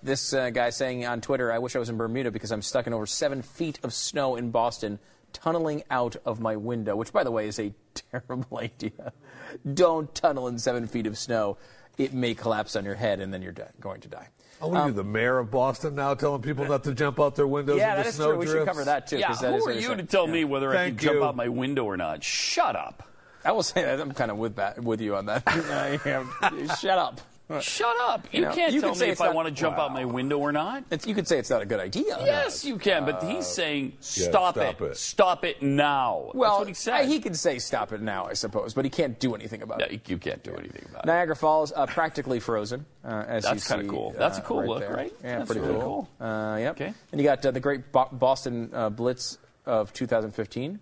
This uh, guy saying on Twitter, I wish I was in Bermuda because I'm stuck in over seven feet of snow in Boston, tunneling out of my window, which, by the way, is a terrible idea. Don't tunnel in seven feet of snow. It may collapse on your head, and then you're di- going to die. Oh, what are you, the mayor of Boston now, telling people not to jump out their windows Yeah, into that is snow true. We should drifts? cover that, too. Yeah, 'cause that is who are very you sad. to tell me whether I Thank can jump you. out my window or not? Shut up. I will say that I'm kind of with that, with you on that. I am- Shut up. Shut up. You, know, can't you tell can say me if it's I not- want to jump out my window or not. It's, you could say it's not a good idea. Yes, you can, but he's saying stop, stop it. it. Stop it now. That's Well, what he said. he could say stop it now, I suppose, but he can't do anything about No, it. you- you can't do anything about it. Niagara Falls uh, practically frozen. Uh, as That's kind kinda of cool. That's a cool look, there. right? Yeah, That's pretty really cool. cool. Uh, yep. Okay. And you got uh, the Great Bo- Boston uh, Blitz of 2015,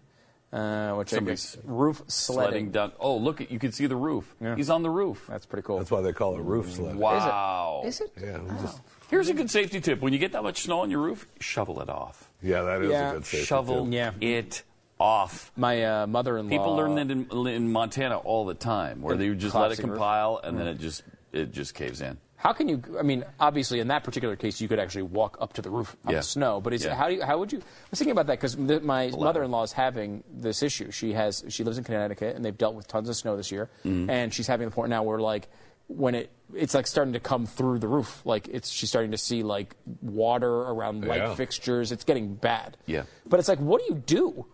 uh, which Somebody's I guess roof Sledding sledding. down. Oh, look at you can see the roof. He's on the roof. That's pretty cool. That's why they call it roof sled. wow. Is it? Yeah, we just- Here's a good safety tip. When you get that much snow on your roof, shovel it off. yeah, that is Yeah. a good safety shovel tip. Yeah. it off. My uh, mother-in-law. People learn that in, in Montana all the time, where they just let it collapsing roof. compile and Mm. then it just it just caves in. How can you? I mean, obviously, in that particular case, you could actually walk up to the roof on Yeah. the snow. But is Yeah. how do you, how would you? I was thinking about that because my mother-in-law is having this issue. She has she lives in Connecticut, and they've dealt with tons of snow this year, Mm-hmm. and she's having the point now where like when it it's like starting to come through the roof, like it's she's starting to see like water around light Yeah. fixtures. It's getting bad. Yeah. But it's like, what do you do?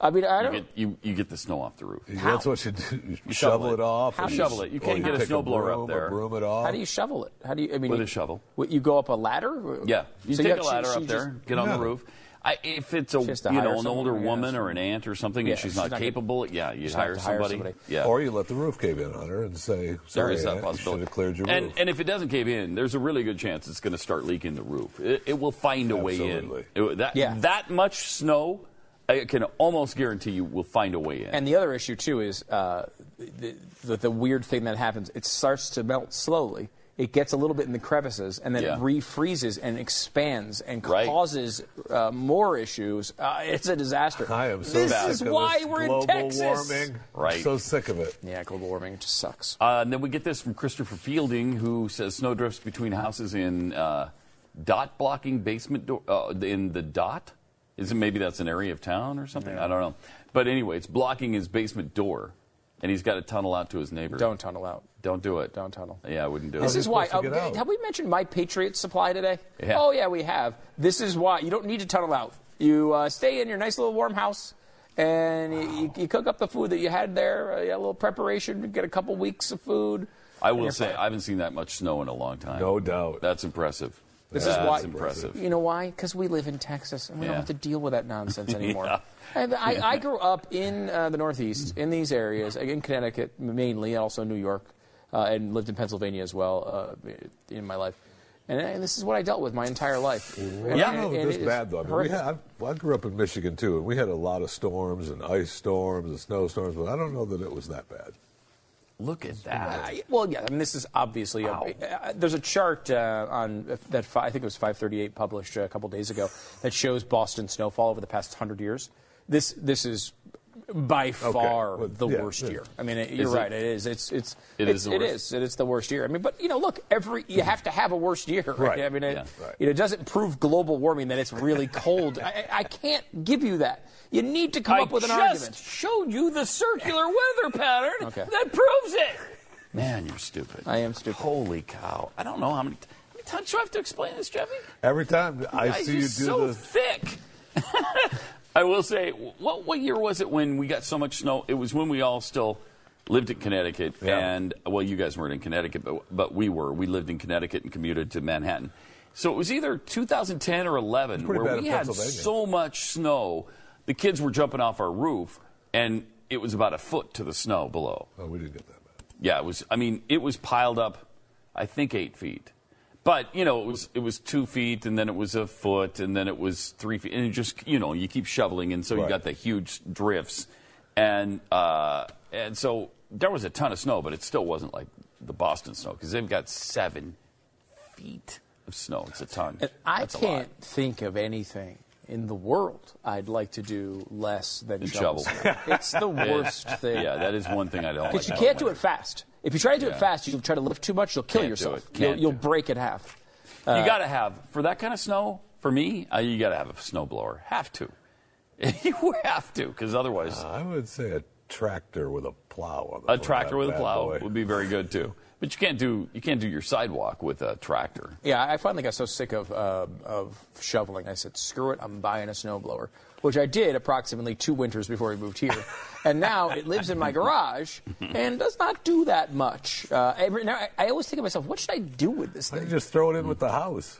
I mean, I You don't. get, you, you get the snow off the roof. That's what you do. You shovel shovel it, it. off. How or do you shovel it? You or can't get a pick snowblower up broom, there. Or broom it off. how do you shovel it? How do you? I mean, With a you- shovel. what, You go up a ladder. Yeah, you So take a got- she- ladder she up there, just- get on Yeah. the roof. I, if it's a She has to you hire know an someone, older I guess. woman or an aunt or something, Yeah, and she's she's not, not gonna- capable, yeah, you she'd have hire, to hire somebody. somebody. Yeah, Or you let the roof cave in on her and say, there sorry, is Aunt, that you possibility. should have cleared your and roof. and if it doesn't cave in, there's a really good chance it's going to start leaking the roof. It, it will find a Absolutely. way in. It- that Yeah. that much snow, I can almost guarantee you will find a way in. And the other issue too is uh, the, the the weird thing that happens. It starts to melt slowly. It gets a little bit in the crevices, and then Yeah. it refreezes and expands and Right. causes uh, more issues. Uh, it's a disaster. I am so this sick is of why this we're global in Texas. warming. Right. So sick of it. Yeah, global warming just sucks. Uh, and then we get this from Christopher Fielding, who says snow drifts between houses in uh, dot blocking basement door uh, in the dot. Is it maybe that's an area of town or something? I don't know. But anyway, it's blocking his basement door, and he's got to tunnel out to his neighbor. Don't tunnel out. don't do it. Don't tunnel. Yeah, I wouldn't do This it. is why. supposed to get uh, out? have we mentioned My Patriot Supply today? Yeah. Oh yeah, we have. This is why you don't need to tunnel out. You uh, stay in your nice little warm house, and you- you, you cook up the food that you had there. Uh, you got a little preparation. You get a couple weeks of food. I and will you're say fine. I haven't seen that much snow in a long time. No doubt. That's impressive. This is that's why- impressive. You know why? Because we live in Texas and we Yeah. don't have to deal with that nonsense anymore. Yeah. And I, I grew up in uh, the Northeast, in these areas, in Connecticut mainly, also New York, uh, and lived in Pennsylvania as well uh, in my life. And, and this is what I dealt with my entire life. And- Yeah. I don't know if and this it is bad though. I, mean, we horrific. had, I, I grew up in Michigan too, and we had a lot of storms and ice storms and snowstorms, but I don't know that it was that bad. Look at that. I- well, yeah, I mean, this is obviously a, Wow. uh, there's a chart uh, on that fi- I think it was 538 published uh, a couple days ago that shows Boston snowfall over the past hundred years. This this is by far Well, the yeah, worst yeah. year. I mean, it- you're Is it- right. It is. It's it's It it's, is the it worst. Mm-hmm. is. It is the worst year. I mean, but you know, look, every you have to have a worst year. Right. Right. I mean, it, Yeah. you know, it doesn't prove global warming that it's really cold. I, I- I can't give you that. You need to come I up with an just argument. showed you the circular weather pattern Okay. that proves it. Man, you're stupid. I am stupid. Holy cow! I don't know how many, how many times do I have to explain this, Jeffy? Every time I Guys, see you do you're so this, thick. I will say, what what year was it when we got so much snow? It was when we all still lived in Connecticut, Yeah. and well, you guys weren't in Connecticut, but but we were. We lived in Connecticut and commuted to Manhattan. So it was either 2010 or 11 pretty where bad we in had Pennsylvania. so much snow, the kids were jumping off our roof, and it was about a foot to the snow below. oh, we didn't get that bad. Yeah, it was. I mean, it was piled up. I think eight feet, but you know, it was it was two feet, and then it was a foot, and then it was three feet, and it just you know, you keep shoveling, and so you Right. got the huge drifts, and uh, and so there was a ton of snow, but it still wasn't like the Boston snow because they've got seven feet of snow. It's a ton. I That's a lot. can't think of anything in the world I'd like to do less than shovel. shovel. snow. it's the worst thing. Yeah, that is one thing I don't. But Like you about can't do winter. it fast. If you try to do Yeah. it fast, you try to lift too much, you'll kill Can't do yourself. it. Can't you'll you'll do it. break in half. Uh, you got to have for that kind of snow. For me, uh, you got to have a snowblower. Have to. you have to, because otherwise, I would say a tractor with Uh, a plow on the a front of tractor that with a bad plow boy. would be very good too. But you can't do you can't do your sidewalk with a tractor. Yeah, I finally got so sick of uh, of shoveling. I said, "Screw it, I'm buying a snowblower," which I did approximately two winters before we moved here, and now it lives in my garage and does not do that much. Uh, every, now I, I always think of myself, "What should I do with this Why don't thing?" you just throw it in with the house?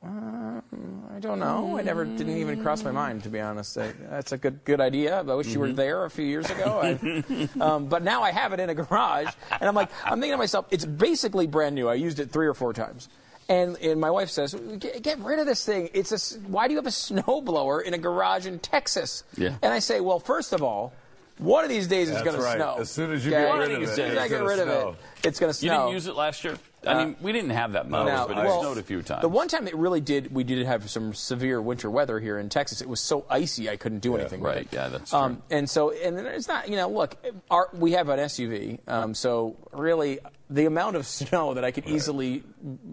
I don't know. I never didn't even cross my mind to be honest. I, that's a good good idea. I wish you Mm-hmm. were there a few years ago. I, um, but now I have it in a garage, and I'm like, I'm thinking to myself, it's basically brand new. I used it three or four times. And, and my wife says, get, get rid of this thing. It's a, s- why do you have a snowblower in a garage in Texas? Yeah. And I say, well, first of all, one of these days it's That's going to right. snow. As soon as you get rid of As it, soon as it's I get gonna rid of snow. it, it's going to You snow. didn't use it last year. I mean, we didn't have that much, Uh, No, but it well, snowed a few times. The one time it really did, we did have some severe winter weather here in Texas. It was so icy I couldn't do anything. with right, it. yeah, that's Um, and so, and then it's not, you know, look, our, we have an SUV, um, so really the amount of snow that I could easily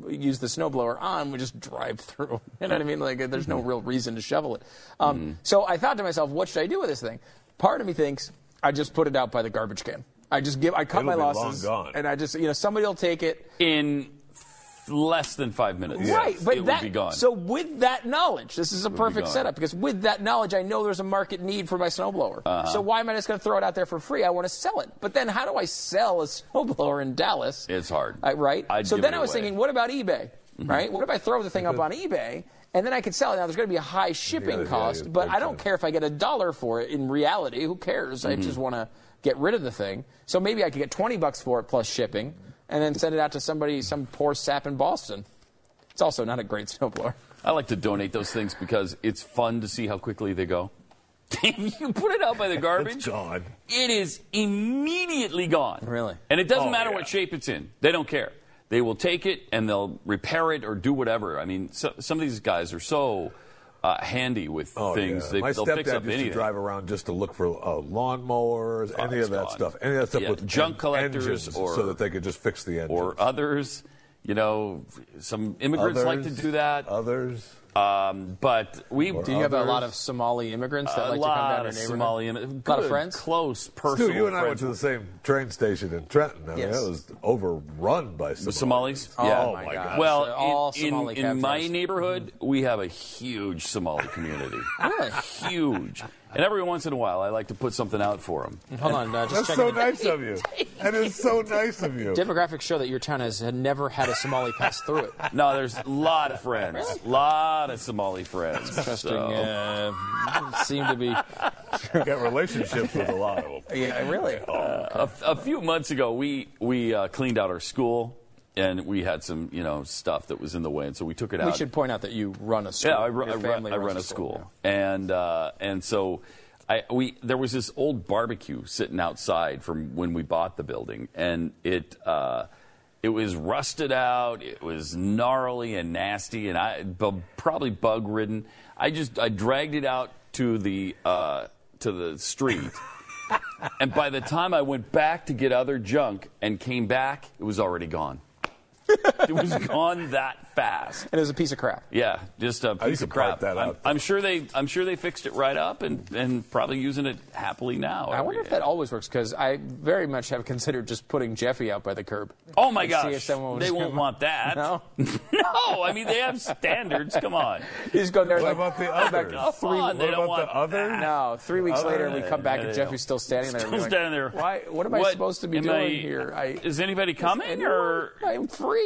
use the snowblower on would just drive through. You know what I mean? Like there's Mm-hmm. no real reason to shovel it. Um, So I thought to myself, what should I do with this thing? Part of me thinks I just put it out by the garbage can. I just give, I cut It'll my be long losses, gone. and I just, you know, somebody will take it. in f- less than five minutes. Right, but it that would be gone. so with that knowledge, this is a perfect gone. setup because with that knowledge, I know there's a market need for my snowblower. Uh-huh. So why am I just going to throw it out there for free? I want to sell it, but then how do I sell a snowblower in Dallas? It's hard. I, right? I'd so give then it I was away. thinking, what about eBay? Mm-hmm. Right? What if I throw the thing up on eBay? And then I could sell it. Now there's going to be a high shipping Yeah, yeah, cost, yeah, but big I don't time. Mm-hmm. care if I get a dollar for it. In reality, who cares? I just want to get rid of the thing. So maybe I could get 20 bucks for it plus shipping, and then send it out to somebody, some poor sap in Boston. It's also not a great snowblower. I like to donate those things because it's fun to see how quickly they go. you put it out by the garbage. It's gone. It is immediately gone. Really? And it doesn't Oh, matter yeah. what shape it's in. They don't care. They will take it and they'll repair it or do whatever. I mean, so, some of these guys are so uh, handy with Oh, things. yeah. They, My they'll stepdad fix up used anything. to drive around just to look for uh, lawnmowers, any it's of that gone. stuff, any of that stuff Yeah, with junk en- collectors engines or- so that they could just fix the engine. or others. You know, some immigrants like to do that. Others. Um, but we Do you have a lot of Somali immigrants that a like to come lot down to your of neighborhood? Somali immigrants. A lot of friends? Close personal Dude, you and I went friends. to the same train station in Trenton. I mean, Yes. that was overrun by The Somalis. Somalis? Oh, yeah. my gosh. Well, They're all in, in- Somali in, my cafes. neighborhood, we have a huge Somali community. Really? huge. And every once in a while, I like to put something out for them. Hold on, uh, just That's checking. so the nice of you. That is so nice of you. Demographics show that your town has never had a Somali pass through it. No, there's a lot of friends. lot of Somali friends. Interesting. So- Uh, seem to be. Got relationships with a lot of them. Yeah, really. a, a few months ago, we we uh, cleaned out our school, and we had some you know stuff that was in the way, and so we took it out. We should point out that you run a school. Uh, Yeah, I, ru- Your I, run, family I runs run a school, and uh, and so I we there was this old barbecue sitting outside from when we bought the building, and it uh, it was rusted out, it was gnarly and nasty, and I bu- probably bug ridden. I just I dragged it out to the uh, to the street. And by the time I went back to get other junk and came back, it was already gone. it was gone that fast. And it was a piece of crap. Yeah, just a piece could of crap. pipe that I'm, out. I'm sure they, I'm sure they fixed it right up and, and probably using it happily now. I wonder if that always works because I very much have considered just putting Jeffy out by the curb. Oh my And See if gosh, someone was they won't want that. No? no. I mean they have standards. Come on. He's going there. like, What about the "Come back others? to us." Come on, what they don't about want the others? No, three weeks later we come back Oh, yeah, and yeah. Jeffy's still standing there. and we're Still like, standing there. Why? What am I supposed to be am doing I- here? I, is anybody coming anyone? or I'm free.